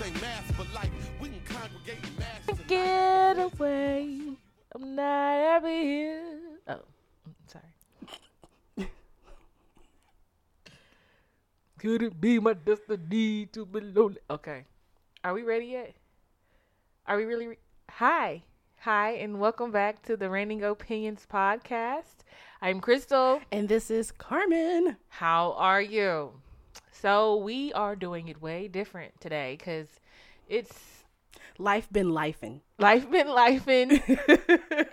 sing mass for life. We can congregate and mass Get away. I'm not happy here. Oh, I'm sorry. Could it be my destiny to be lonely? Okay. Are we ready yet? Are we really? Re- Hi. Hi, and welcome back to the Reigning Opinions podcast. I'm Crystal. And this is Carmen. How are you? So, we are doing it way different today because it's Life been lifing. life been lifing.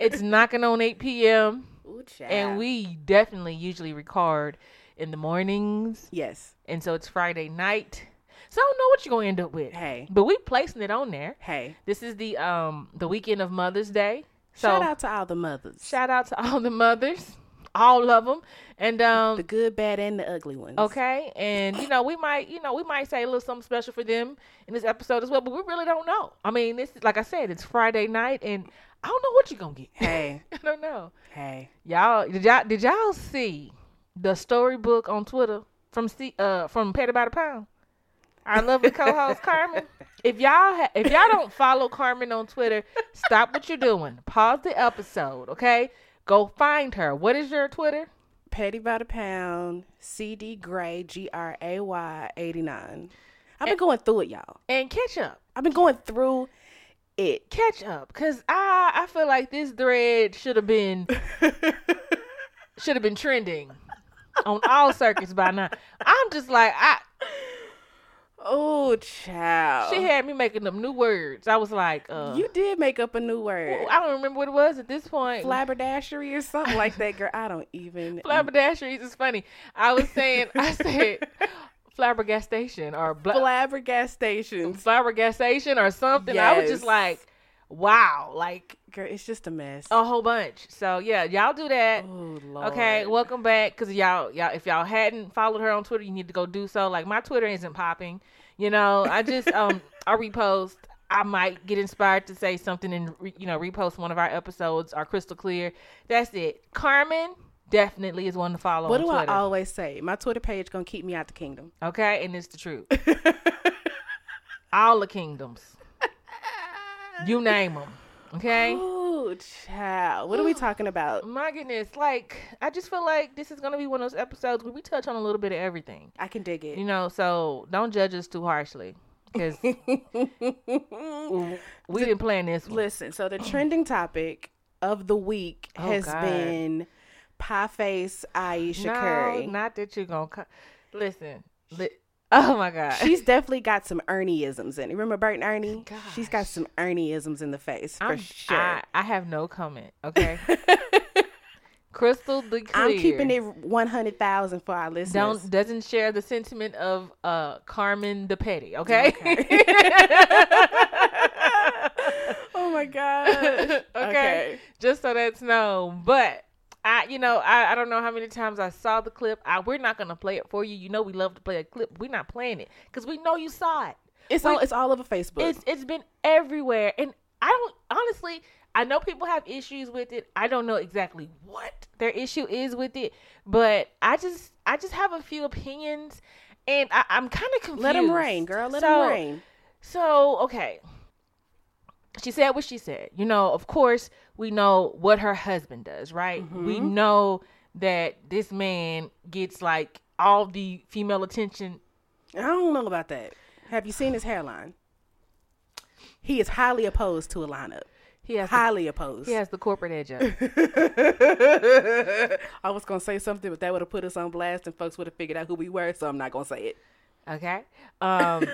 it's knocking on 8 p.m. Ooh, child. And we definitely usually record in the mornings. Yes. And so it's Friday night. So I don't know what you're gonna end up with. Hey. But we placing it on there. Hey. This is the um the weekend of Mother's Day. So shout out to all the mothers. shout out to all the mothers, all of them. And um the good, bad, and the ugly ones. Okay, and you know we might, you know we might say a little something special for them in this episode as well, but we really don't know. I mean, this is like I said, it's Friday night, and I don't know what you're gonna get. Hey. I don't know. Hey. Y'all did y'all did y'all see the storybook on Twitter from C, uh from Petty by the Pound? Our lovely co-host Carmen. If y'all ha- if y'all don't follow Carmen on Twitter, stop what you're doing. Pause the episode, okay? Go find her. What is your Twitter? Petty by the pound. CD Gray. G R A Y eighty nine. I've been going through it, y'all. And catch up, I've been going through it. catch up, cause I I feel like this thread should have been should have been trending on all circuits by now. I'm just like I Oh, child. she had me making up new words. I was like, uh, you did make up a new word. I don't remember what it was at this point. Flabberdastery or something like that, girl. I don't even. Flabbergasties is funny. I was saying, I said flabbergastation or bla- Flabbergastations. flabbergastation or something. I was just Yes. like, wow, like Girl, it's just a mess. a whole bunch. So yeah, y'all do that. Oh, Lord. Okay, welcome back. Cause y'all, y'all, if y'all hadn't followed her on Twitter, you need to go do so. Like my Twitter isn't popping. You know, I just um, I repost. I might get inspired to say something and re- you know repost one of our episodes. Our crystal clear. That's it. Carmen definitely is one to follow What on do Twitter. I always say? My Twitter page gonna keep me out the kingdom. okay, and it's the truth. All the kingdoms. You name them. Okay. Mm. Oh, child. What are we talking about? My goodness, like I just feel like this is gonna be one of those episodes where we touch on a little bit of everything. I can dig You it. know, so don't judge us too harshly because we didn't plan this. One. Listen, so the trending topic of the week Mm. Oh, has God. been Pie Face Aisha No, Curry. not that you're gonna co- listen. Li- oh my god, She's definitely got some Ernieisms in it. Remember Bert and Ernie? She's got Gosh. some Ernieisms in the face for I'm- sure. I, I have no comment. Okay, Crystal the clear. I'm keeping it 100,000 for our listeners. Don't doesn't share the sentiment of uh Carmen the petty. Okay. oh my god. okay. Just so that's known. But I, you know, I, I don't know how many times I saw the clip. I, we're not gonna play it for you. You know, we love to play a clip. We're not playing it because we know you saw it. It's all it's all over Facebook. It's it's been everywhere, and I don't honestly. I know people have issues with it. I don't know exactly what their issue is with it, but I just I just have a few opinions, and I, I'm kind of confused. Let them rain, girl. Let So, them rain. so, okay. She said what she said. You know, of course, we know what her husband does, right? We know that this man gets like all the female attention. I don't know about that. Have you seen his hairline? He is highly opposed to a lineup. He has the, Highly opposed. he has the corporate edge up. I was gonna say something, but that would have put us on blast, and folks would have figured out who we were. So I'm not gonna say it. Okay. Um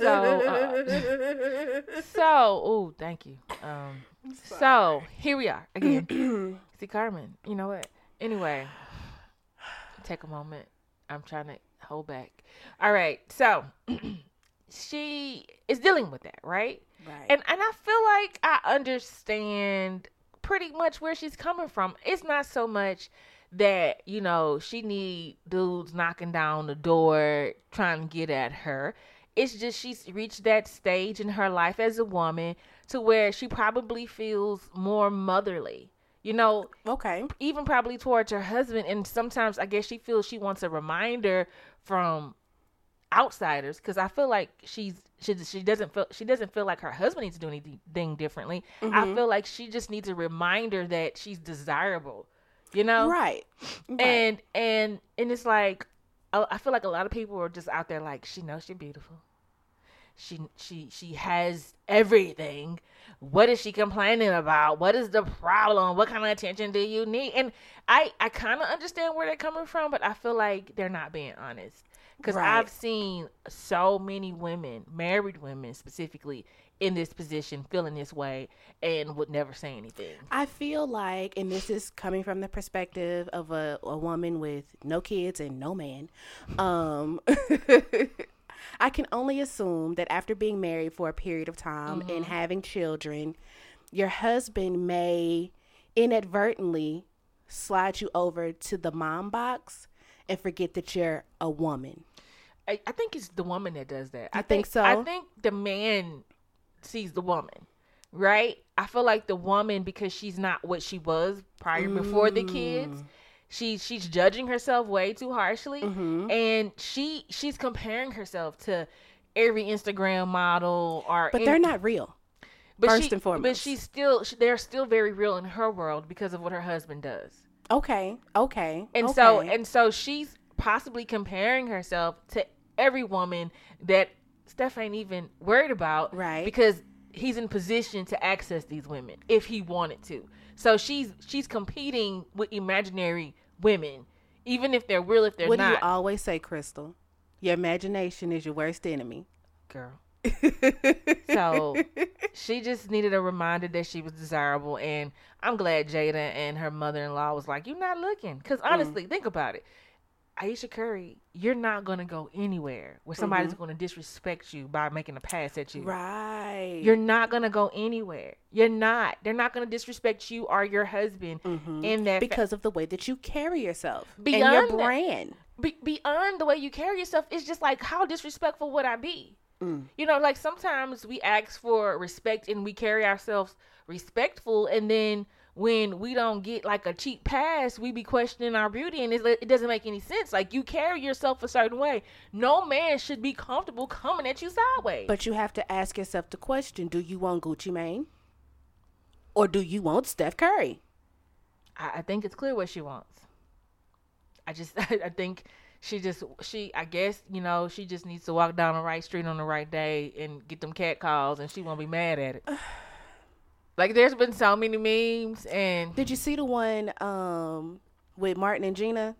so uh, so ooh, thank you. Um so here we are again. See Carmen, you know what? Anyway, take a moment. I'm trying to hold back. All right. So she is dealing with that, right? Right. And and I feel like I understand pretty much where she's coming from. It's not so much that, you know, she need dudes knocking down the door trying to get at her. It's just she's reached that stage in her life as a woman to where she probably feels more motherly. You know, okay. even probably towards her husband and sometimes i guess she feels she wants a reminder from outsiders because I feel like she's she she doesn't feel she doesn't feel like her husband needs to do anything differently. I feel like she just needs a reminder that she's desirable. You know, Right. right. and and and it's like I, I feel like a lot of people are just out there like she knows she's beautiful she she she has everything what is she complaining about what is the problem what kind of attention do you need and i i kind of understand where they're coming from but i feel like they're not being honest because Right. i've seen so many women married women specifically in this position feeling this way and would never say anything I feel like, and this is coming from the perspective of a, a woman with no kids and no man, um, I can only assume that after being married for a period of time Mm-hmm. and having children, your husband may inadvertently slide you over to the mom box and forget that you're a woman. I, I think it's the woman that does that. I think so? I think the man sees the woman, right? I feel like the woman because she's not what she was prior before the Mm. kids. She she's judging herself way too harshly, Mm-hmm. and she she's comparing herself to every Instagram model or But any- they're not real. but first she- and But foremost. she's still she, they're still very real in her world because of what her husband does Okay. Okay. and so okay. and so she's possibly comparing herself to every woman that Steph ain't even worried about, Right. Because he's in position to access these women if he wanted to. So she's she's competing with imaginary women, even if they're real, if they're what do not. you always say, Crystal? Your imagination is your worst enemy. girl. so she just needed a reminder that she was desirable, and I'm glad Jada and her mother-in-law was like, "You're not looking," because honestly, think about it. Aisha Curry, you're not gonna go anywhere where somebody's gonna disrespect you by making a pass at you. Right. You're not gonna go anywhere. You're not. They're not gonna disrespect you or your husband in that fa- because of the way that you carry yourself and Beyond your that- brand. be- beyond the way you carry yourself it's just like how disrespectful would i be you know like sometimes we ask for respect and we carry ourselves respectful and then when we don't get like a cheap pass we be questioning our beauty and it's, it doesn't make any sense like you carry yourself a certain way no man should be comfortable coming at you sideways But you have to ask yourself the question: Do you want Gucci Mane, or do you want Steph Curry? I, I think it's clear what she wants. I just, I think she just, she, I guess, you know, she just needs to walk down the right street on the right day and get them cat calls, and she won't be mad at it. like, there's been so many memes, and Did you see the one um, with Martin and Gina?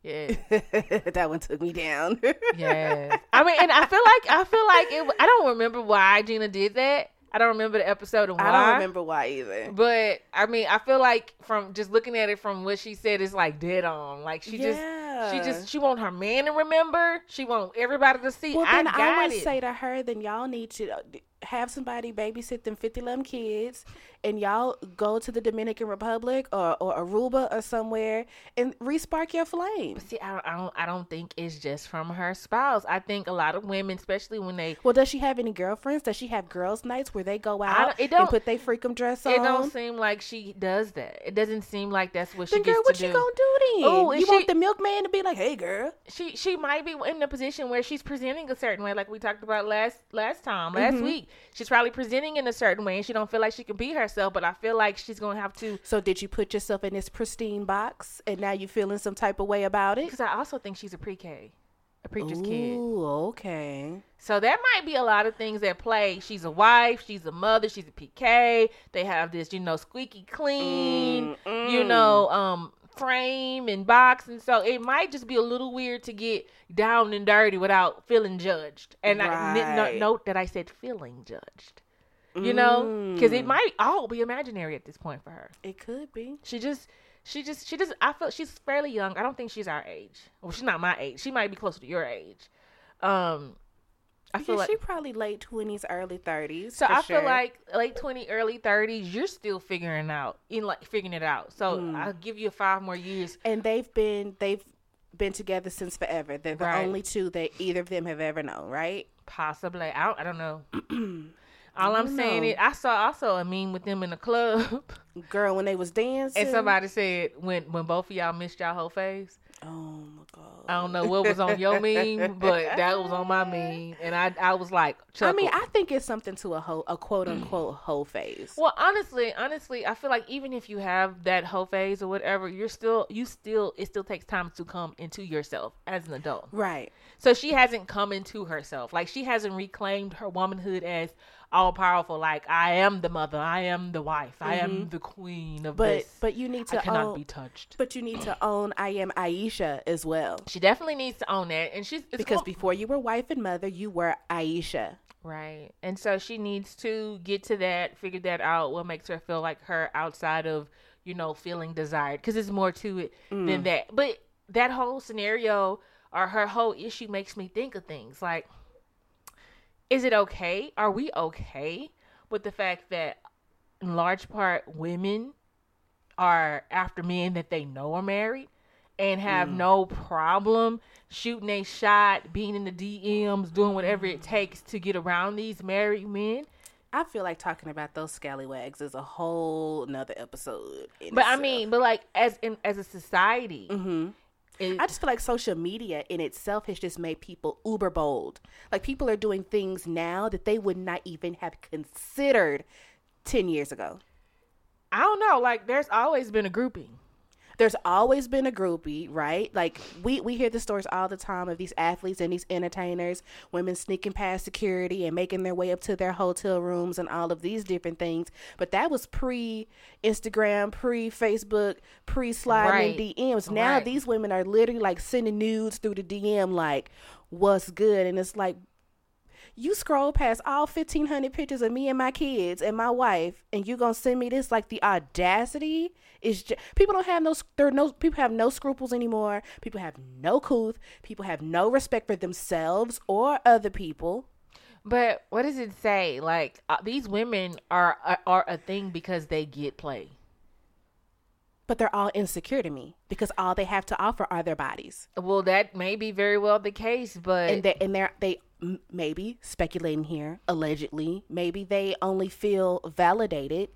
yeah, that one took me down. yeah. I mean, and I feel like, I feel like it. I don't remember why Gina did that. I don't remember the episode and why. I don't remember why either. But I mean, I feel like from just looking at it from what she said, it's like dead on. Like she just, she Yeah. just, she want her man to remember. She want everybody to see. Well, I then got I, would it. say to her, then y'all need to uh, d- have somebody babysit them 50 lum kids and y'all go to the Dominican Republic or, or Aruba or somewhere and re spark your flame. see, I don't, I don't, I don't think it's just from her spouse. I think a lot of women, especially when they, Well, does she have any girlfriends? Does she have girls' nights where they go out don't- it and don't- put their freakum dress on? it don't seem like she does that. It doesn't seem like that's what Um, she then, gets girl, what to you do. gonna do then? Oh, you is she- want the milkman to be like, hey, girl. she she might be in a position where she's presenting a certain way, like we talked about last last time, last Mm-hmm. week. She's probably presenting in a certain way, and she don't feel like she can be herself. But I feel like she's gonna have to. So, did you put yourself in this pristine box and now you feeling some type of way about it? Because I also think she's a pre-K, a preacher's kid. Ooh, okay. So that might be a lot of things at play. She's a wife. She's a mother. She's a PK. They have this, you know, squeaky clean, Mm, you know, um, frame and box, and so it might just be a little weird to get down and dirty without feeling judged. And I n- no- Right. note that I said feeling judged. You know, because Mm. it might all be imaginary at this point for her. It could be. She just, she just, she just. I feel she's fairly young. I don't think she's our age. Well, she's not my age. She might be closer to your age. Um, I feel yeah, like. she probably late twenties, early thirties. so I feel like late twenty, early thirties. You're still figuring out, in like figuring it out. So I'll give you five more years. and they've been they've been together since forever. They're the Right. only two that either of them have ever known, right? Possibly, I don't, I don't know. All I'm saying know. is, I saw also a meme with them in the club, Girl, when they was dancing, and somebody said when when both of y'all missed y'all whole phase. oh my god, I don't know what was on your meme, but that was on my meme, and I I was like, I mean, chuckle. I think it's something to a whole, a quote unquote whole phase. Well, honestly, honestly, I feel like even if you have that whole phase or whatever, you're still you still it still takes time to come into yourself as an adult. right. So she hasn't come into herself. Like she hasn't reclaimed her womanhood as all powerful. Like I am the mother, I am the wife, I am the queen of Mm-hmm. But this. but you need I to cannot own, be touched. but you need to own I am Aisha as well. She definitely needs to own that, and she's it's Because cool- before you were wife and mother, you were Aisha. Right. And so she needs to get to that, figure that out, what makes her feel like her outside of, you know, feeling desired. Because it's more to it than that. But that whole scenario or her whole issue makes me think of things like, is it okay? Are we okay with the fact that, in large part, women are after men that they know are married? and have no problem shooting a shot, being in the DMs, doing whatever it takes to get around these married men. I feel like talking about those scallywags is a whole nother episode. in But I itself. mean, but like as in as a society, it- I just feel like social media in itself has just made people uber bold. Like people are doing things now that they would not even have considered 10 years ago. I don't know. Like there's always been a grouping. There's always been a groupie, right? Like we we hear the stories all the time of these athletes and these entertainers, women sneaking past security and making their way up to their hotel rooms and all of these different things. But that was pre Instagram, pre Facebook, pre sliding Right. DMs. Now Right. these women are literally like sending nudes through the DM, like what's good, and it's like you scroll past all 1500 pictures of me and my kids and my wife and you gonna send me this like the audacity is just, people don't have no there are no people have no scruples anymore people have no couth people have no respect for themselves or other people But what does it say? Like uh, these women are, are are a thing because they get play. but they're all insecure to me because all they have to offer are their bodies Well, that may be very well the case, but and they and they're they m- maybe speculating here allegedly maybe they only feel validated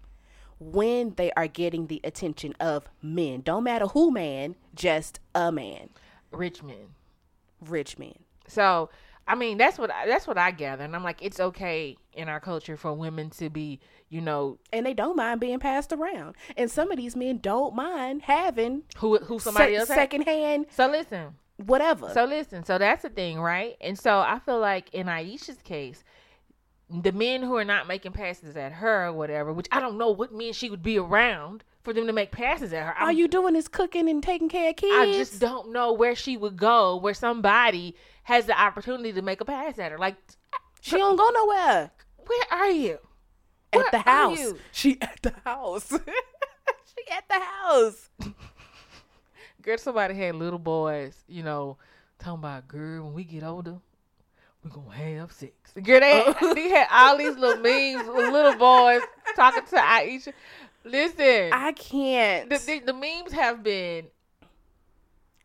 when they are getting the attention of men don't matter who man just a man rich men. rich men So, I mean, that's what I, that's what I gather, and I'm like, it's okay in our culture for women to be, you know, and they don't mind being passed around and some of these men don't mind having who who somebody sec- else. had. secondhand So listen, whatever so listen, so that's the thing, right? And so I feel like in Aisha's case, the men who are not making passes at her or whatever, which I don't know what men she would be around for them to make passes at her. all I'm- you doing is cooking and taking care of kids I just don't know where she would go where somebody has the opportunity to make a pass at her. Like, she don't go nowhere where are you? Where at the are house you? she at the house she at the house girl, somebody had little boys, you know, talking about girl, when we get older, we gonna have sex. Girl, they, Oh. they had all these little memes with little boys talking to Aisha. Listen, I can't. the, the, the memes have been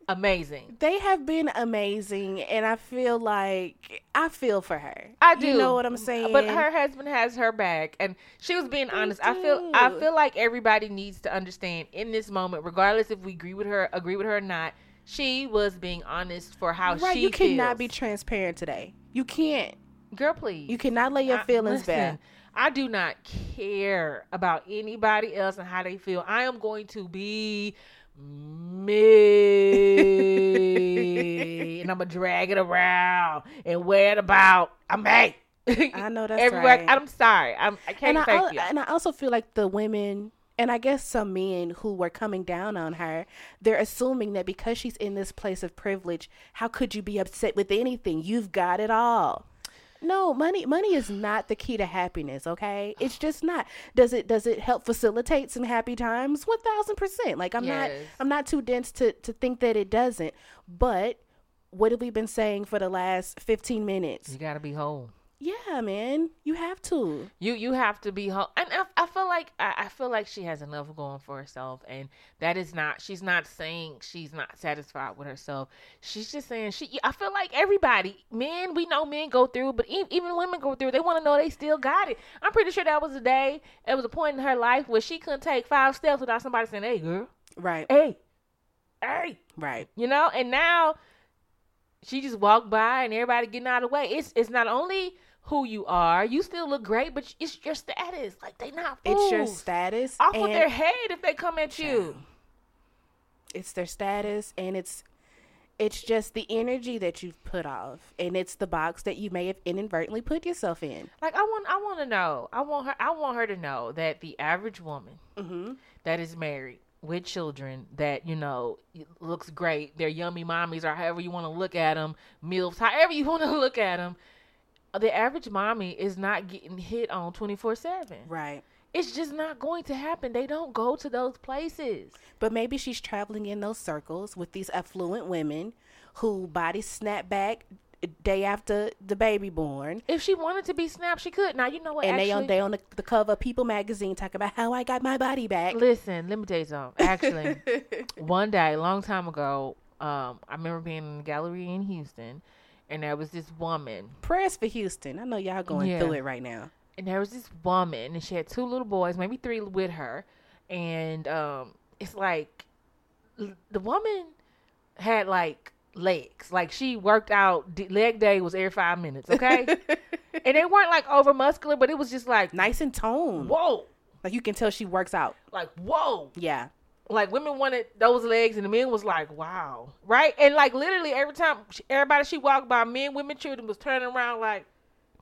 amazing. they have been amazing, and I feel like I feel for her. I do You know what I'm saying? But her husband has her back, and she was being honest. I feel I do. feel like everybody needs to understand in this moment, regardless if we agree with her, agree with her or not. She was being honest for how right? she You feels. cannot be transparent today. You can't. Girl, please. You cannot lay your I- feelings listen, bare. I do not care about anybody else and how they feel. I am going to be me, and I'm gonna drag it around and wear it about. I'm hey. I know that's Everybody, right. I'm sorry. I'm. I can't and I thank al- you. and I also feel like the women and I guess some men who were coming down on her, they're assuming that because she's in this place of privilege, how could you be upset with anything? You've got it all. No, money money is not the key to happiness, okay? It's just not. Does it does it help facilitate some happy times? 1000%. Like I'm Yes. not I'm not too dense to to think that it doesn't. But what have we been saying for the last 15 minutes? you gotta be whole. Yeah, man. You have to. You you have to be whole, and I, I feel like I, I feel like she has enough going for herself, and that is not she's not saying she's not satisfied with herself. She's just saying she. I feel like everybody, men, we know men go through, but e- even women go through. They want to know they still got it. I'm pretty sure that was a day, it was a point in her life where she couldn't take five steps without somebody saying, "Hey, girl, Right. hey, hey." Right. You know, and now she just walked by and everybody getting out of the way. It's it's not only who you are, you still look great, but it's your status. Like they not fools. It's your status. Off with and- their head if they come at you. it's their status and it's it's just the energy that you've put off and it's the box that you may have inadvertently put yourself in Like I want I want to know. I want her I want her to know that the average woman mm-hmm. that is married with children that you know looks great they're yummy mommies or however you want to look at them milfs however you want to look at them the average mommy is not getting hit on 24-7 right it's just not going to happen they don't go to those places but maybe she's traveling in those circles with these affluent women who bodies snap back day after the baby born if she wanted to be snapped she could now you know what and they on actually- they on the, the cover of people magazine talking about how i got my body back listen let me tell you something actually one day, a long time ago, um, I remember being in the gallery in Houston, and there was this woman, prayers for houston i know y'all going Yeah. through it right now and there was this woman, and she had two little boys, maybe three with her, and um, it's like l- the woman had like legs, like she worked out. d- Leg day was every five minutes, okay, and they weren't like over muscular, but it was just like nice and toned whoa, like you can tell she works out like whoa, yeah like women wanted those legs and the men was like wow right and like literally every time she, everybody she walked by men women children was turning around like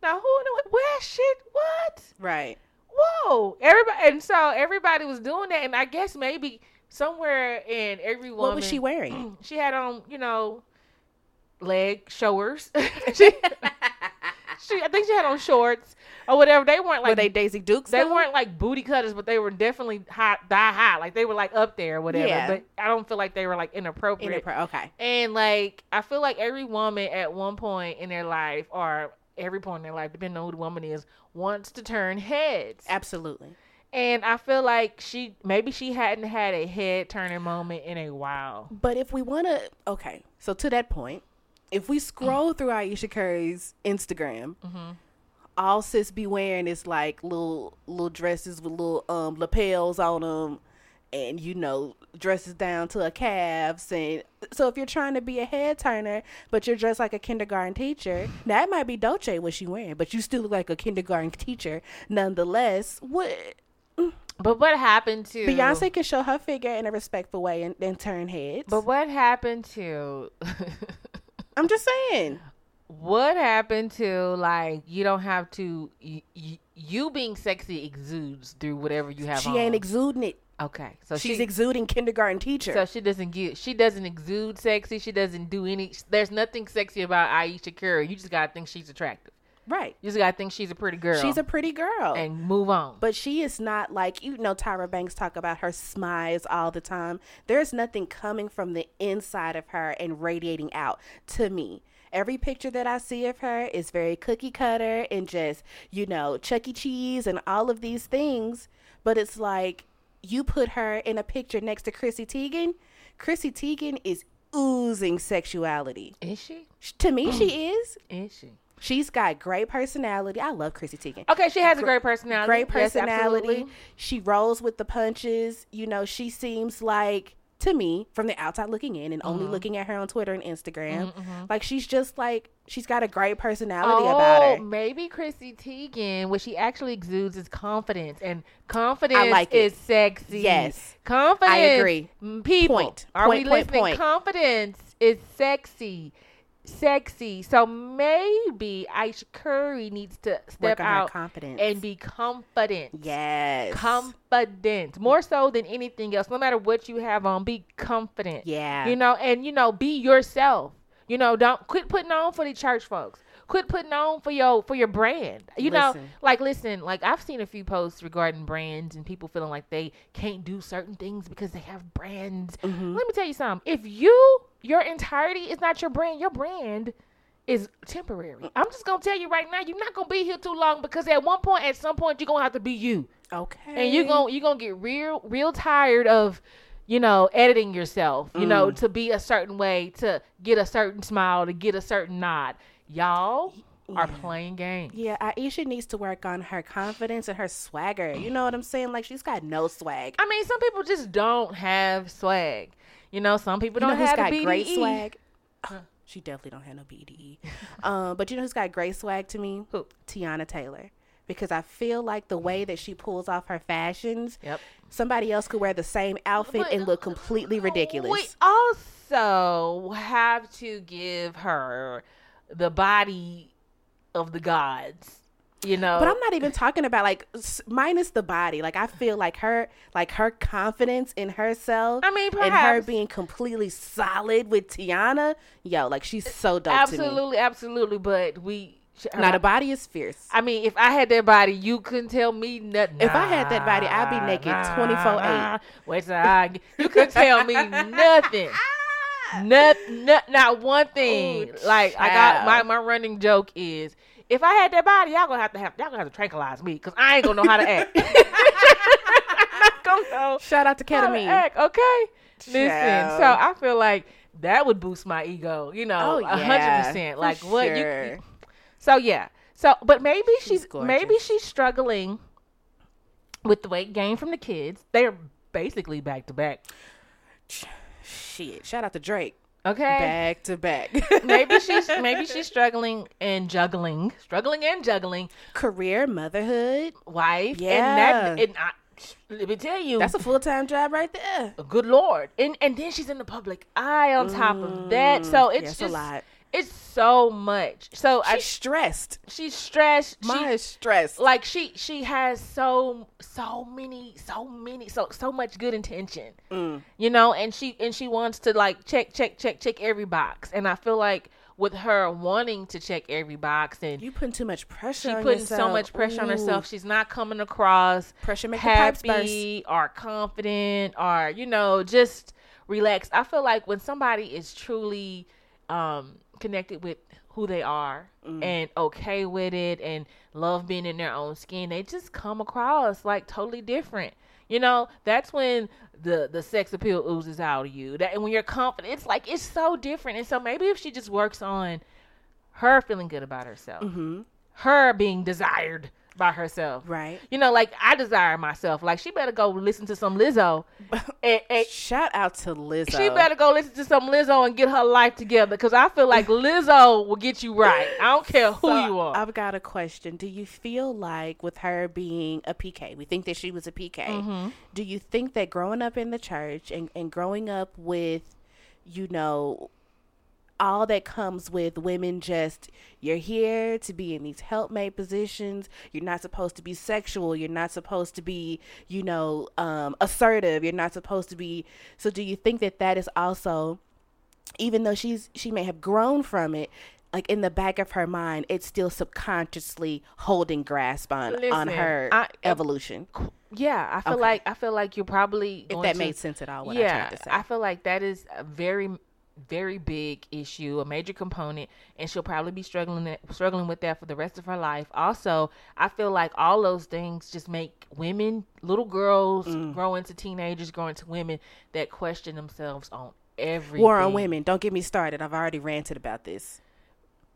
now who in the where shit what right whoa everybody and so everybody was doing that and i guess maybe somewhere in every woman what was she wearing she had on you know leg showers she, she i think she had on shorts or whatever they weren't like Were they Daisy Dukes? they though? weren't like booty cutters, but they were definitely high, die high. Like they were like up there or whatever. Yeah. But I don't feel like they were like inappropriate. in a pro- okay. and like I feel like every woman at one point in their life or every point in their life, depending on who the woman is, wants to turn heads. Absolutely. And I feel like she maybe she hadn't had a head turning moment in a while. But if we want to, okay. So to that point, if we scroll through Aisha Curry's Instagram, all sis be wearing is like little little dresses with little um lapels on them, and you know dresses down to her calves. And so if you're trying to be a head turner, but you're dressed like a kindergarten teacher, now it might be Dolce what she wearing, but you still look like a kindergarten teacher nonetheless. What? But what happened to Beyonce can show her figure in a respectful way and, and turn heads. But what happened to I'm just saying. what happened to like you don't have to you, you, you being sexy exudes through whatever you have She on. ain't exuding it. okay so She's she, exuding kindergarten teacher. so she doesn't get she doesn't exude sexy she doesn't do any there's nothing sexy about Aisha Curry you just gotta think she's attractive right. you just gotta think she's a pretty girl She's a pretty girl. and move on but she is not like you know Tyra Banks talk about her smiles all the time. There's nothing coming from the inside of her and radiating out to me. Every picture that I see of her is very cookie cutter and just, you know, Chuck E. Cheese and all of these things. But it's like you put her in a picture next to Chrissy Teigen. Chrissy Teigen is oozing sexuality. is she Sh- To me, she is. is she She's got great personality. I love Chrissy Teigen. okay she has a great personality Great Yes, personality. absolutely. she rolls with the punches. You know, she seems like to me from the outside looking in and Mm-hmm. only looking at her on Twitter and Instagram, like she's just like she's got a great personality about Oh, her. maybe Chrissy Teigen, what she actually exudes is confidence, and confidence like it. is sexy. Yes. confidence. I agree. Mm, People, Point. are Point, we point, listening? point. Confidence is sexy, sexy. So maybe Aisha Curry needs to step Work on her out confidence. and be confident. Yes. Confident, more so than anything else. No matter what you have on, be confident. Yeah. You know, and you know, be yourself. You know, don't quit putting on for the church folks. Quit putting on for your for your brand. You know, Listen. like listen, like I've seen a few posts regarding brands and people feeling like they can't do certain things because they have brands. Mm-hmm. Let me tell you something. If you your entirety is not your brand, your brand is Mm. temporary. I'm just gonna tell you right now, you're not gonna be here too long because at one point, at some point, you're gonna have to be you okay. and you're gonna you're gonna get real real tired of you know editing yourself you know Mm. to be a certain way to get a certain smile to get a certain nod y'all are playing games Yeah, Aisha needs to work on her confidence and her swagger. You know what I'm saying? Like she's got no swag. i mean some people just don't have swag you know some people You know don't who's have E. the got great BDE. swag? She definitely don't have no BDE. um, but you know who's got great swag to me? Who? Tiana Taylor. Because I feel like the way that she pulls off her fashions, Yep. somebody else could wear the same outfit But- uh, and look completely ridiculous. We also have to give her the body of the gods. You know, But I'm not even talking about like s- minus the body. Like I feel like her, like her confidence in herself. I mean, and her perhaps. being completely solid with Tiana, yo, like she's so dope to me. absolutely, absolutely. But we sh- her Now the bo- body is fierce. I mean, if I had that body, you couldn't tell me nothing. If I had that body, I'd be Nah, naked nah, 24/8. nah. Wait till I get- you couldn't tell me nothing. Not, not, not one thing. Ooh, like I got Oh, child. my, my running joke is if I had that body, y'all gonna have to have y'all gonna have to tranquilize me because I ain't gonna know how to act. I'm not gonna know Shout out to how to Ketamine. act. Okay, listen. Child. So I feel like that would boost my ego. You know, Oh, a yeah, hundred percent. for Like what you- sure. you so yeah. So but maybe she's, gorgeous. maybe she's struggling with the weight gain from the kids. They're basically back to back. Shit. Shout out to Drake. Okay. Back to back. maybe she's maybe she's struggling and juggling, struggling and juggling career, motherhood. wife and Yeah. that and I, let me tell you That's a full time job right there. good lord and and then she's in the public eye on top of that so it's that's Mm. a just lot. it's so much so She's stressed. I she's stressed she- Mine is stressed. like she she has so so many so many so so much good intention you know and she and she wants to like check check check check every box and i feel like with her wanting to check every box and you putting too much pressure. she on putting so yourself. much pressure on Ooh. herself. She's not coming across Pressure make the pipes happy or confident or you know just relaxed. I feel like when somebody is truly um, connected with who they are Mm. and okay with it and love being in their own skin, they just come across like totally different. You know, that's when the the sex appeal oozes out of you. That and when you're confident, it's like it's so different. And so maybe if she just works on her feeling good about herself, her being desired by herself. Mm-hmm. Right. You know, like I desire myself. Like she better go listen to some Lizzo. and, and Shout out to Lizzo. she better go listen to some Lizzo and get her life together. Because I feel like Lizzo will get you right. I don't care who So, you are. I've got a question. Do you feel like with her being a PK, we think that she was a PK. Mm-hmm. Do you think that growing up in the church and, and growing up with, you know, all that comes with women just you're here to be in these helpmate positions you're not supposed to be sexual you're not supposed to be you know um, assertive you're not supposed to be so do you think that that is also even though she's she may have grown from it like in the back of her mind it's still subconsciously holding grasp on on Listen, her I- eh, evolution yeah, I feel Okay. like I feel like you're probably if going that to- made sense at all what i tried to say I feel like that is a very, very big issue, a major component, and she'll probably be struggling that, struggling with that for the rest of her life. Also, I feel like all those things just make women, little girls, Mm. grow into teenagers, grow into women that question themselves on everything. war on women don't get me started i've already ranted about this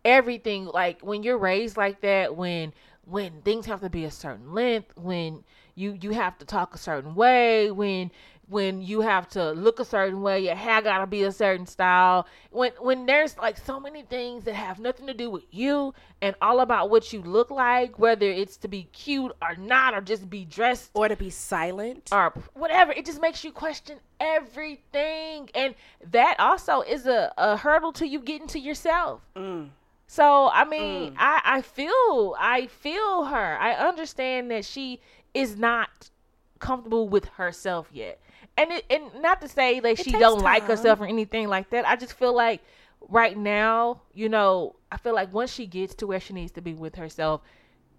everything like when you're raised like that when when things have to be a certain length when you you have to talk a certain way when when you have to look a certain way your hair gotta be a certain style when when there's like so many things that have nothing to do with you and all about what you look like whether it's to be cute or not or just be dressed or to be silent or whatever. It just makes you question everything, and that also is a, a hurdle to you getting to yourself. Mm. So I mean, I I feel I feel her. I understand that she is not comfortable with herself yet, and it, and not to say that she takes don't like time. herself or anything like that. I just feel like right now, you know, I feel like once she gets to where she needs to be with herself,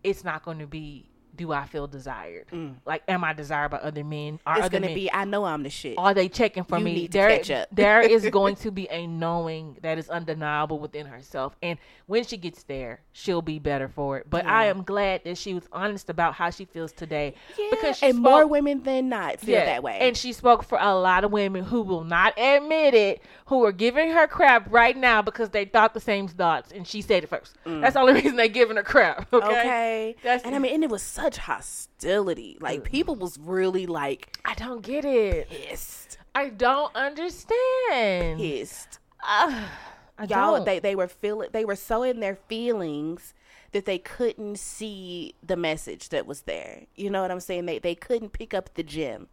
it's not going to be do I feel desired? Like, am I desired by other men? Are Mm. it's other gonna men, be I know I'm the shit. Are they checking for You me? need to there, catch up. there is going to be a knowing that is undeniable within herself, and when she gets there, she'll be better for it. But I am glad that she was honest about how she feels today, because she and more spoke- women than not feel yeah, that way. And she spoke for a lot of women who will not admit it, who are giving her crap right now because they thought the same thoughts, and she said it first. That's the only reason they're giving her crap. Okay. Mm. okay. That's- Mm. and I mean, and it was such hostility. Like people was really like I don't get it. pissed, I don't understand. pissed. Ah, Mm. I y'all don't. they they were feeling they were so in their feelings that they couldn't see the message that was there. You know what I'm saying? They they couldn't pick up the gem.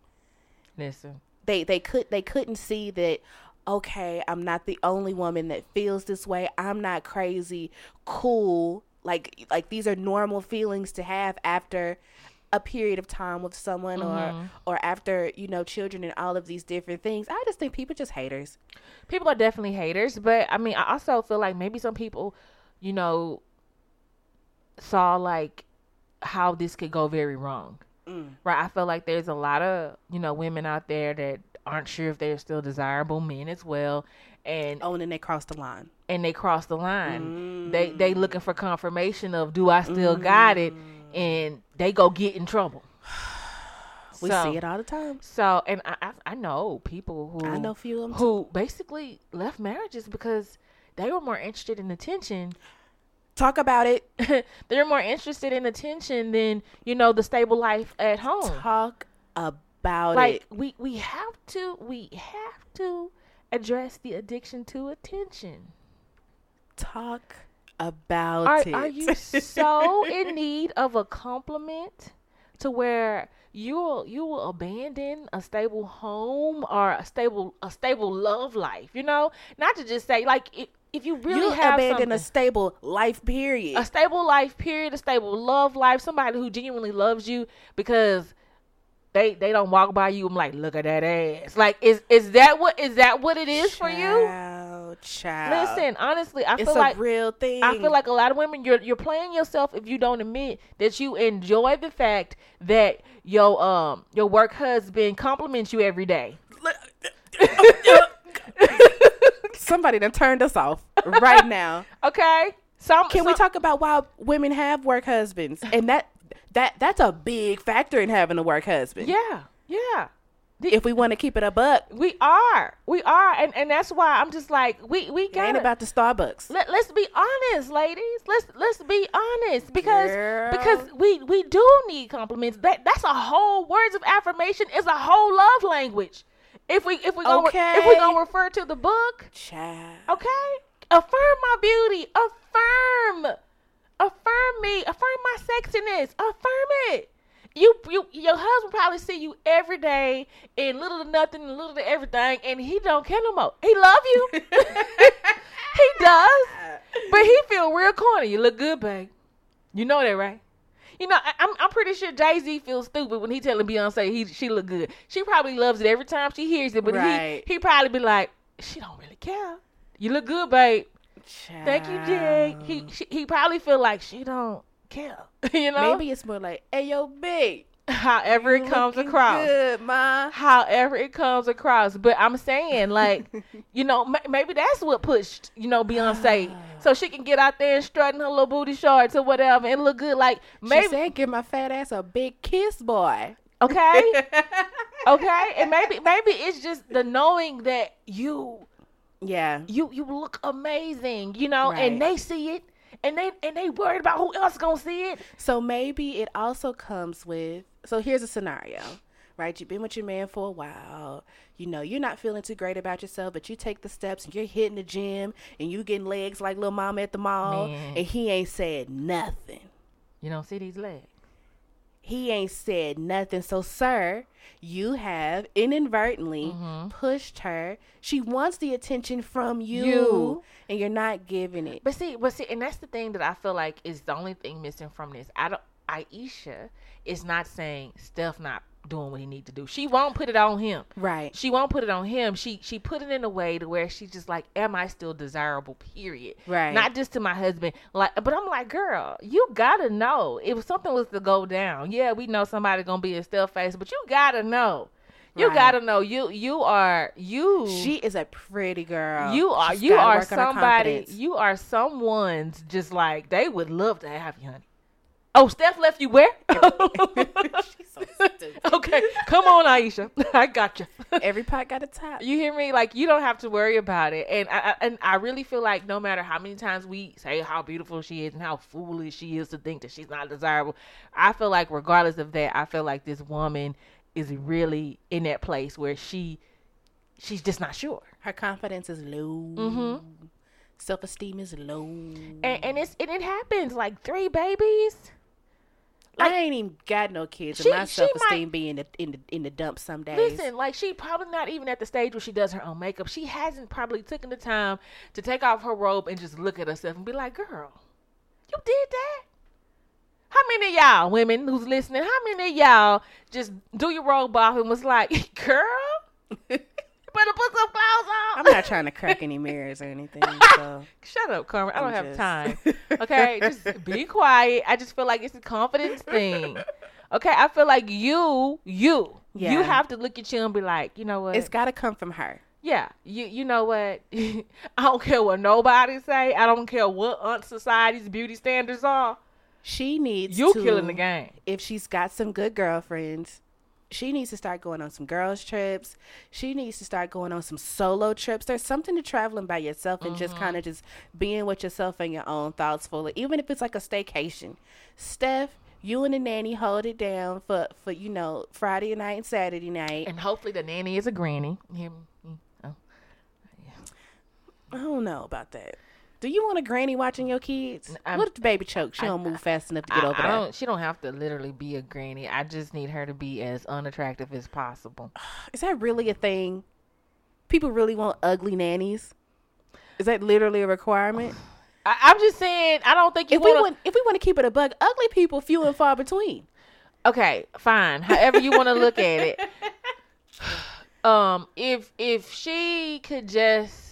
Listen, They they could they couldn't see that okay, I'm not the only woman that feels this way. I'm not crazy. Cool. Like like these are normal feelings to have after a period of time with someone Mm-hmm. or or after, you know, children and all of these different things. I just think people just haters. people are definitely haters, but I mean, I also feel like maybe some people, you know, saw like how this could go very wrong. Mm. Right? I feel like there's a lot of, you know, women out there that aren't sure if they're still desirable men as well and Owning they cross the line. and they cross the line. They they Mm. looking for confirmation of do I still got it and they go get in trouble. We So- see it all the time. So, and I, I, I know people who I know a few of 'em, who basically left marriages because they were more interested in attention. Talk about it. they were more interested in attention than you know the stable life at home. Talk about Oh. Like it. we we have to we have to address the addiction to attention. Talk about Are it. are you so in need of a compliment to where you will you will abandon a stable home or a stable a stable love life? You know, not to just say like if, if you really you have abandon something- a stable life period. a stable life period, a stable love life, somebody who genuinely loves you because they they don't walk by you. I'm like, look at that ass. Like, is is that what is that what it is for you? Child, child. Listen, honestly, I it's feel a like real thing. I feel like a lot of women you're you're playing yourself if you don't admit that you enjoy the fact that your um your work husband compliments you every day. somebody done turned us off right now. Okay, so Can we talk about why women have work husbands? And that that that's a big factor in having a work husband. Yeah, yeah. If we want to keep it a buck, We are, we are, and and that's why I'm just like we we it got ain't about the Starbucks. Let, let's be honest, ladies. Let's let's be honest because Girl. because we we do need compliments. That that's a whole words of affirmation is a whole love language. If we if we gonna re- if we Okay. gonna refer to the book, Child. okay? Affirm my beauty. Affirm, affirm me. Affirm my sexiness. Affirm it. You you your husband probably see you every day in little to nothing, and little to everything, and he don't care no more. He love you. he does. But he feel real corny. You look good, babe. You know that, right? You know, I, I'm I'm pretty sure Jay Z feels stupid when he telling Beyonce he she look good. She probably loves it every time she hears it, but Right. he he probably be like, she don't really care. You look good, babe. Thank you, Jay. Ah. He she, he probably feel like she don't care. you know, Maybe it's more like, hey yo, big. however it comes looking across. Good, ma. However it comes across, but I'm saying like, you know, ma maybe that's what pushed you know Beyonce Ah. so she can get out there and strut in her little booty shorts or whatever and look good. Like maybe She said, "Give my fat ass a big kiss, boy." okay, okay, and maybe maybe it's just the knowing that you Yeah, you you look amazing, you know, and Right. they see it, and they and they worried about who else gonna see it. So maybe it also comes with. So here's a scenario, right? You've been with your man for a while. You know you're not feeling too great about yourself, but you take the steps and you're hitting the gym and you getting legs like little mama at the mall, Man. and he ain't said nothing. You don't see these legs. He ain't said nothing. So, sir, you have inadvertently Mm-hmm. pushed her. She wants the attention from you, You. and you're not giving it. But see, but see, and that's the thing that I feel like is the only thing missing from this. I don't. Aisha is not saying Steph not doing what he need to do. She won't put it on him. Right. She won't put it on him. She she put it in a way to where she's just like, "Am I still desirable?" Period. Right. Not just to my husband. Like, but I'm like, girl, you gotta know if something was to go down. Yeah, we know somebody gonna be a stale face, but you gotta know. You Right. gotta know. You you are you. She is a pretty girl. You are She's you gotta are work on her somebody. confidence. You are someone's. Just like they would love to have you, honey. Oh, Steph left you where? She's so stupid. okay, come on, Aisha. I got you. Every pot got a top. you hear me? Like you don't have to worry about it. And I, I and I really feel like no matter how many times we say how beautiful she is and how foolish she is to think that she's not desirable, I feel like regardless of that, I feel like this woman is really in that place where she she's just not sure. Mm-hmm. Her confidence is low. Self esteem is low. and, and it's and it happens like three babies. I ain't even got no kids, She- and my she self esteem might- be in the in the in the dump some days. Listen, like she probably not even at the stage where she does her own makeup. She hasn't probably taken the time to take off her robe and just look at herself and be like, "Girl, you did that." How many of y'all women who's listening? How many of y'all just do your robe off and was like, "Girl, you better put some clothes on." I'm not trying to crack any mirrors or anything. So Shut up, Carmen. I don't I'm have just- time. Okay, just be quiet. I just feel like it's a confidence thing. Okay, I feel like you, you, Yeah. you have to look at you and be like, you know what? it's got to come from her. Yeah, you you know what? I don't care what nobody say. I don't care what aunt society's beauty standards are. She needs You to, killing the game. If she's got some good girlfriends, she needs to start going on some girls trips. She needs to start going on some solo trips. There's something to traveling by yourself and Mm-hmm. just kind of just being with yourself and your own thoughts fully, even if it's like a staycation. Steph, you and the nanny hold it down for for you know Friday night and Saturday night. And hopefully the nanny is a granny. Him- mm, oh. I don't know about that. Do you want a granny watching your kids? I'm- what if the baby chokes? She don't move fast enough to get I, over I that. don't. She don't have to literally be a granny. I just need her to be as unattractive as possible. Is that really a thing? People really want ugly nannies. Is that literally a requirement? I, I'm just saying. I don't think you If we want. want, if we want to keep it a bug, ugly people few and far between. okay fine however you want to look at it um if if she could just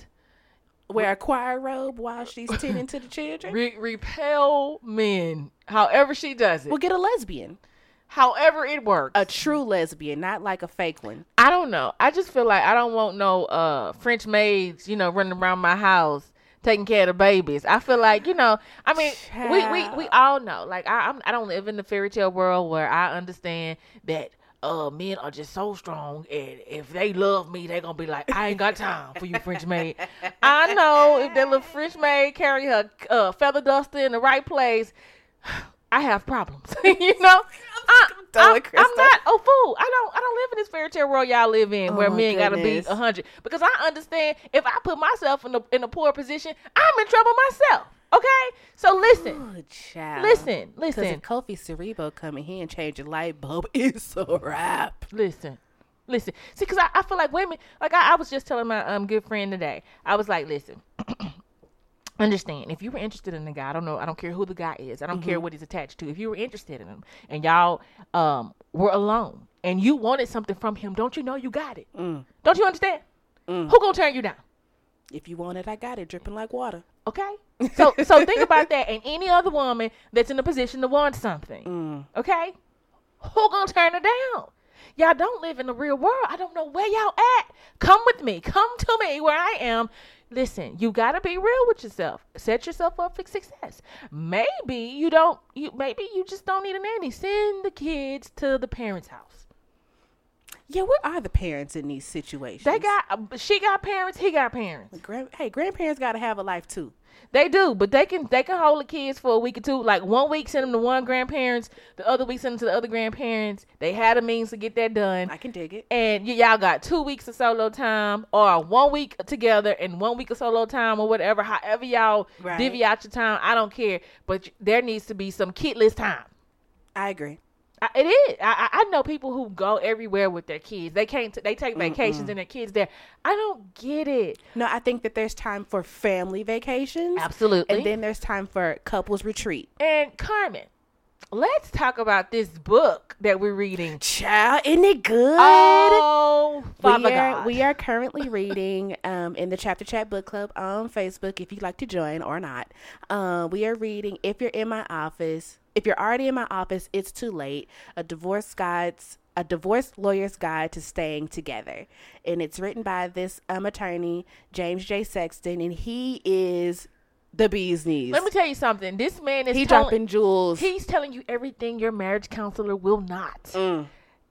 Wear a choir robe while she's tending to the children. re- repel men however she does it We'll get a lesbian, however it works a true lesbian, not like a fake one. i don't know i just feel like i don't want no uh french maids you know running around my house taking care of the babies i feel like you know i mean we we, we Child. all know like I, I'm, i don't live in the fairy tale world where i understand that uh, men are just so strong, and if they love me, they gonna be like, "I ain't got time for you, French maid." I know if that little French maid carry her uh, feather duster in the right place, I have problems. you know, I, Don't I'm, look, I'm Crystal. not a fool. I don't. I don't live in this fairy tale world y'all live in, where Oh my men gotta be goodness. a hundred. Because I understand if I put myself in a in a poor position, I'm in trouble myself. Okay, so listen, Good child. listen, because if listen, Kofi Cerebo come in here and change a light bulb, it's a wrap. listen. Listen, see, because I, I feel like women, like I, I was just telling my um good friend today, I was like, listen, understand if you were interested in the guy i don't know i don't care who the guy is i don't care what he's attached to if you were interested in him and y'all um were alone and you wanted something from him don't you know you got it don't you understand who gonna turn you down If you want it, I got it, dripping like water. okay so so think about that and any other woman that's in a position to want something okay who gonna turn her down y'all don't live in the real world i don't know where y'all at come with me come to me where i am listen you gotta be real with yourself set yourself up for success maybe you don't you maybe you just don't need a nanny send the kids to the parents house Yeah, what are the parents in these situations? they got she got parents he got parents Grand, hey, grandparents got to have a life too. They do, but they can they can hold the kids for a week or two. Like one week, send them to one grandparents. The other week, send them to the other grandparents. They had a means to get that done, I can dig it. and y- y'all got two weeks of solo time, or one week together and one week of solo time, or whatever. However, y'all all Right. divvy out your time. I don't care, but y- there needs to be some kidless time. I agree. I, it is. I, I I know people who go everywhere with their kids. They can't. T- they take vacations and their kids there. I don't get it. No, I think that there's time for family vacations. Absolutely. And then there's time for couples retreat. And Carmen, let's talk about this book that we're reading. Child, isn't it good? Oh, Father we are, God. we are currently reading um, in the Chapter Chat Book Club on Facebook if you'd like to join or not. Uh, we are reading If You're in My Office. If you're already in my office, it's too late. A divorce guide's a divorce lawyer's guide to staying together. And it's written by this um, attorney, James J. Sexton, and he is the bee's knees. Let me tell you something. This man is he telling, dropping jewels. Mm. He's telling you everything your marriage counselor will not.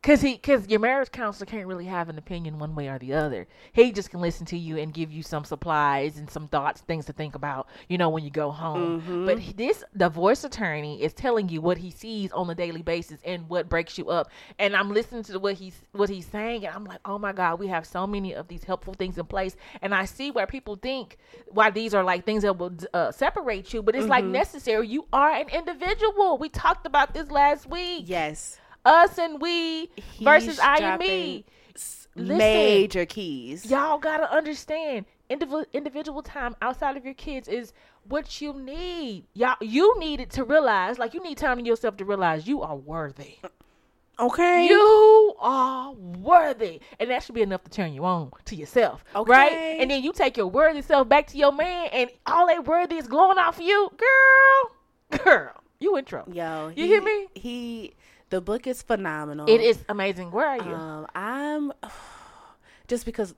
Cause he, cause your marriage counselor can't really have an opinion one way or the other. He just can listen to you and give you some supplies and some thoughts, things to think about, you know, when you go home. But he- this divorce attorney is telling you what he sees on a daily basis and what breaks you up. And I'm listening to what he's what he's saying, and I'm like, oh my god, we have so many of these helpful things in place. And I see where people think why these are like things that will uh, separate you, but it's like necessary. You are an individual. We talked about this last week Yes. us and we He's versus I and dropping me. s- Listen. Major keys. Y'all gotta understand indiv- individual time outside of your kids is what you need. Y'all, you need it to realize, like you need time to yourself to realize you are worthy. Okay. You are worthy, and that should be enough to turn you on to yourself, right? Okay. And then you take your worthy self back to your man, and all that worthy is glowing off you, girl. Girl, you in trouble. Yo. You he- hear me? He. The book is phenomenal. It is amazing. Where are you? Um, I'm just because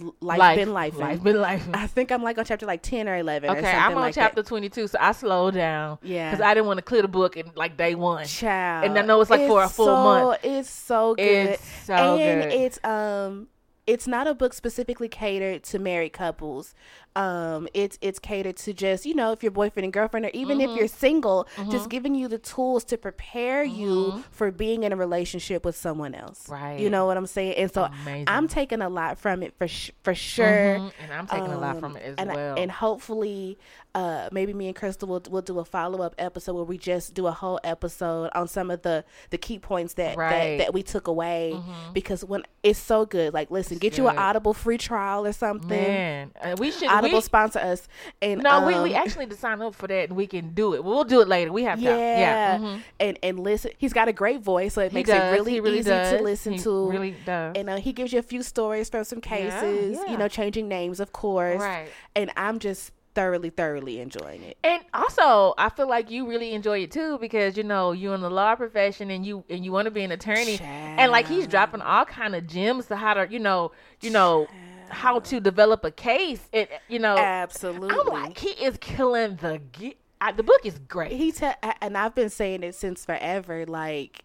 l- life, been life, eh? life, been life. I think I'm like on chapter like ten or eleven. or Okay, something I'm on like chapter That. 22, so I slowed down. Yeah. Because I didn't want to clear the book in like day one. Child, And I know it's, like, for a full so, month. It's so good. It's so and good. it's um, it's not a book specifically catered to married couples. Um, it's it's catered to just you know if your boyfriend and girlfriend or even Mm-hmm. if you're single, just giving you the tools to prepare you for being in a relationship with someone else. You Mm-hmm. Right. know what I'm saying? And so Amazing. I'm taking a lot from it for sh- for sure. Mhm, And I'm taking a lot from Um, it as and, I- well. and hopefully, uh, maybe me and Crystal will will do a follow up episode where we just do a whole episode on some of the the key points that Right. Mm-hmm. that, that we took away because when it's so good. Like, listen, get you an good. Audible free trial or something. Man, uh, we should. Audible we, sponsor us. And no, we, we um, actually need to sign up for that and we can do it. We'll do it later. We have time. yeah, Yeah. mhm. and and listen. He's got a great voice, so it He makes does. it really, He really easy does. to listen He to. really does. And uh, he gives you a few stories from some Yeah, cases, yeah. you know, changing names, of course. Right. And I'm just thoroughly, thoroughly enjoying it. And also, I feel like you really enjoy it too because you know you're in the law profession and you and you want to be an attorney. And like he's dropping all kind of gems to how to you know you know how to develop a case. It you know Absolutely. I'm like he is killing the ge- I, the book is great. he te- a- and I've been saying it since forever. Like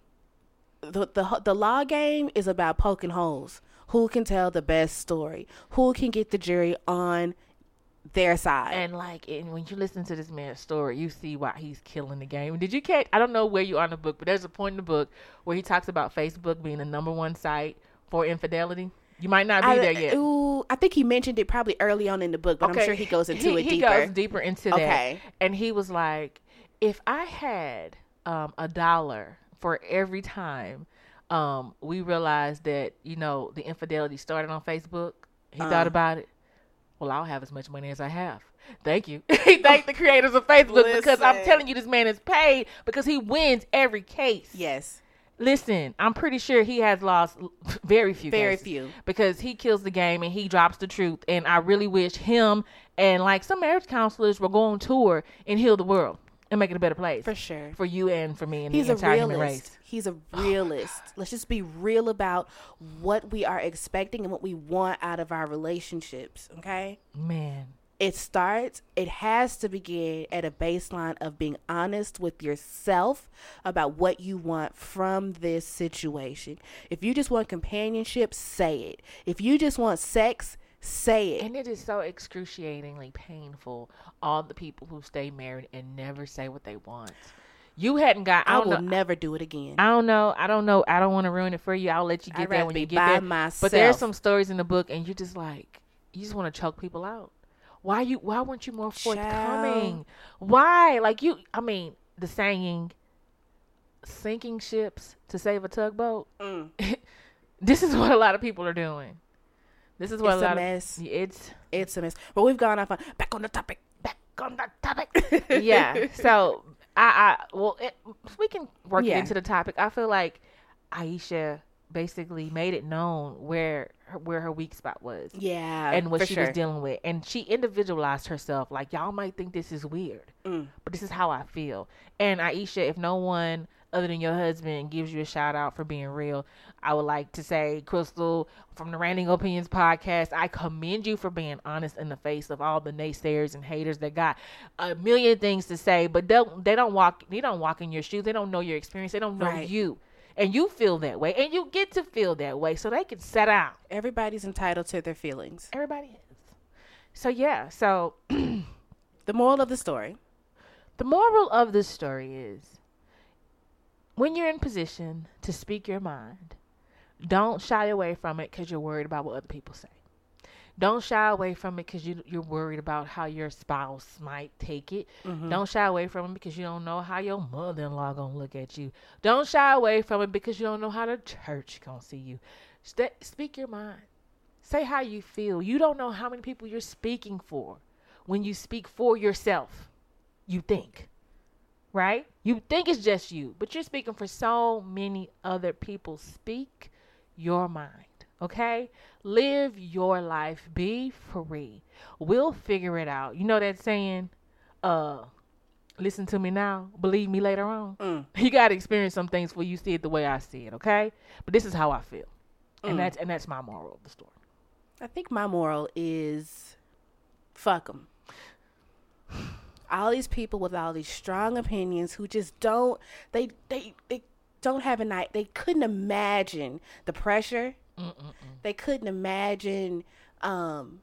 the the ho- the law game is about poking holes. Who can tell the best story? Who can get the jury on their side? and like and when you listen to this man's story, you see why he's killing the game. Did you catch? I don't know where you are in the book, but there's a point in the book where he talks about Facebook being the number one site for infidelity. You might not be I, there yet. ooh, I think he mentioned it probably early on in the book, but I'm sure he goes into it he deeper. goes deeper into that. Okay. And he was like, if I had um, a dollar for every time um, we realized that, you know, the infidelity started on Facebook, he Uh. thought about it. Well, I'll have as much money as I have. Thank you. he thanked the creators of Facebook because I'm Listen. telling you, this man is paid because he wins every case. yes, Listen, I'm pretty sure he has lost very few. Very cases few. because he kills the game and he drops the truth. And I really wish him and like some marriage counselors will go on tour and heal the world and make it a better place for sure. for you and for me and He's the a entire human race. realist. He's a realist. Let's just be real about what we are expecting and what we want out of our relationships. Okay. Man, it starts it has to begin at a baseline of being honest with yourself about what you want from this situation if you just want companionship say it if you just want sex say it and it is so excruciatingly painful. All the people who stay married and never say what they want. You hadn't got. I, i don't will know. never do it again I don't know. I don't know. I don't want to ruin it for you. I'll let you I'd get there rather when be you get by there. But there's myself. some stories in the book, and you're just like, you just want to choke people out. Why you? Why weren't you more forthcoming? Why? Like you? I mean, the saying, "Sinking ships to save a tugboat." Mm. this is what a lot of people are doing. This is what It's a a lot mess. of it's it's a mess but we've gone off on back on the topic back on the topic. yeah. So I, I well, it, we can work Yeah. it into the topic. I feel like Aisha basically made it known where her, where her weak spot was yeah and what for she sure. was dealing with, and she individualized herself. Like y'all might think this is weird, Mm. but this is how I feel. And Aisha, if no one other than your husband gives you a shout out for being real, I would like to say, Crystal, from the Randing Opinions podcast, I commend you for being honest in the face of all the naysayers and haters that got a million things to say, but don't they don't walk they don't walk in your shoes. They don't know your experience. They don't know Right. you. and you feel that way, and you get to feel that way, so they can set out. Everybody's entitled to their feelings. Everybody is. So yeah. So The moral of the story. the moral of this story is, when you're in position to speak your mind, don't shy away from it because you're worried about what other people say. Don't shy away from it because you, you're worried about how your spouse might take it. Don't shy away from it because you don't know how your mother-in-law gonna look at you. Don't shy away from it because you don't know how the church gonna see you. Stay, speak your mind. Say how you feel. You don't know how many people you're speaking for. When you speak for yourself, you think, right? You think it's just you, but you're speaking for so many other people. Speak your mind. Okay? Live your life. Be free. We'll figure it out. You know that saying, uh, listen to me now, believe me later on. You gotta experience some things before you see it the way I see it, okay? But this is how I feel. And that's and that's my moral of the story. I think my moral is fuck them. All these people with all these strong opinions who just don't they they they don't have an night. They couldn't imagine the pressure. They couldn't imagine um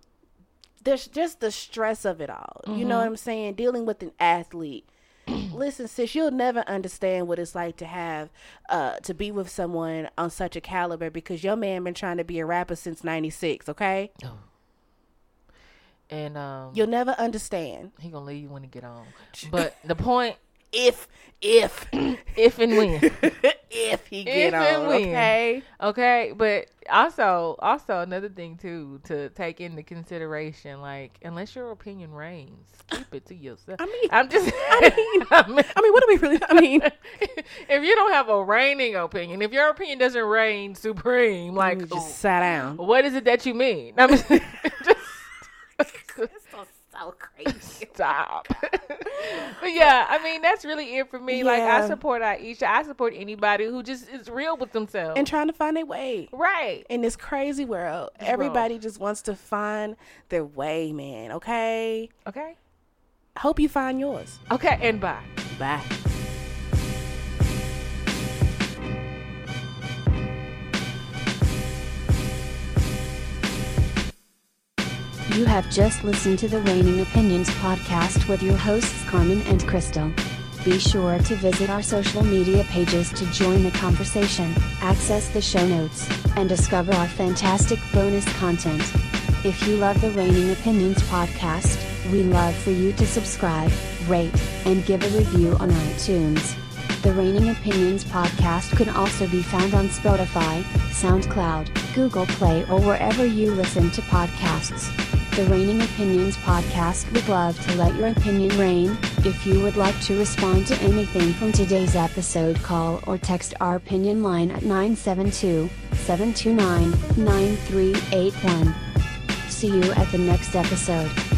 there's just the stress of it all. You Mm-hmm. know what I'm saying? Dealing with an athlete. Listen, sis, you'll never understand what it's like to have uh to be with someone on such a caliber because your man been trying to be a rapper since 96, okay? And um You'll never understand he gonna leave you when he get on. But the point if if if and when. if he get If and on, when. okay? Okay, but also also another thing too to take into consideration, like unless your opinion reigns, keep it to yourself. I mean- I'm just I mean, I mean, what do we really? I mean, if you don't have a reigning opinion, if your opinion doesn't reign supreme, like oh, you just sat down. what is it that you mean? I'm just, just So crazy. stop. but yeah, I mean that's really it for me. Like I Yeah. support Aisha. I support anybody who just is real with themselves. And trying to find a way right. in this crazy world. Everybody just wants to find their way, man. Okay. Okay. Hope you find yours. Okay, and bye. Bye. You have just listened to the Reigning Opinions podcast with your hosts Carmen and Crystal. Be sure to visit our social media pages to join the conversation, access the show notes, and discover our fantastic bonus content. If you love the Reigning Opinions podcast, we love for you to subscribe, rate, and give a review on iTunes. The Reigning Opinions podcast can also be found on Spotify, SoundCloud, Google Play, or wherever you listen to podcasts. The Reigning Opinions podcast would love to let your opinion reign. If you would like to respond to anything from today's episode, call or text our opinion line at 972 729 9381. See you at the next episode.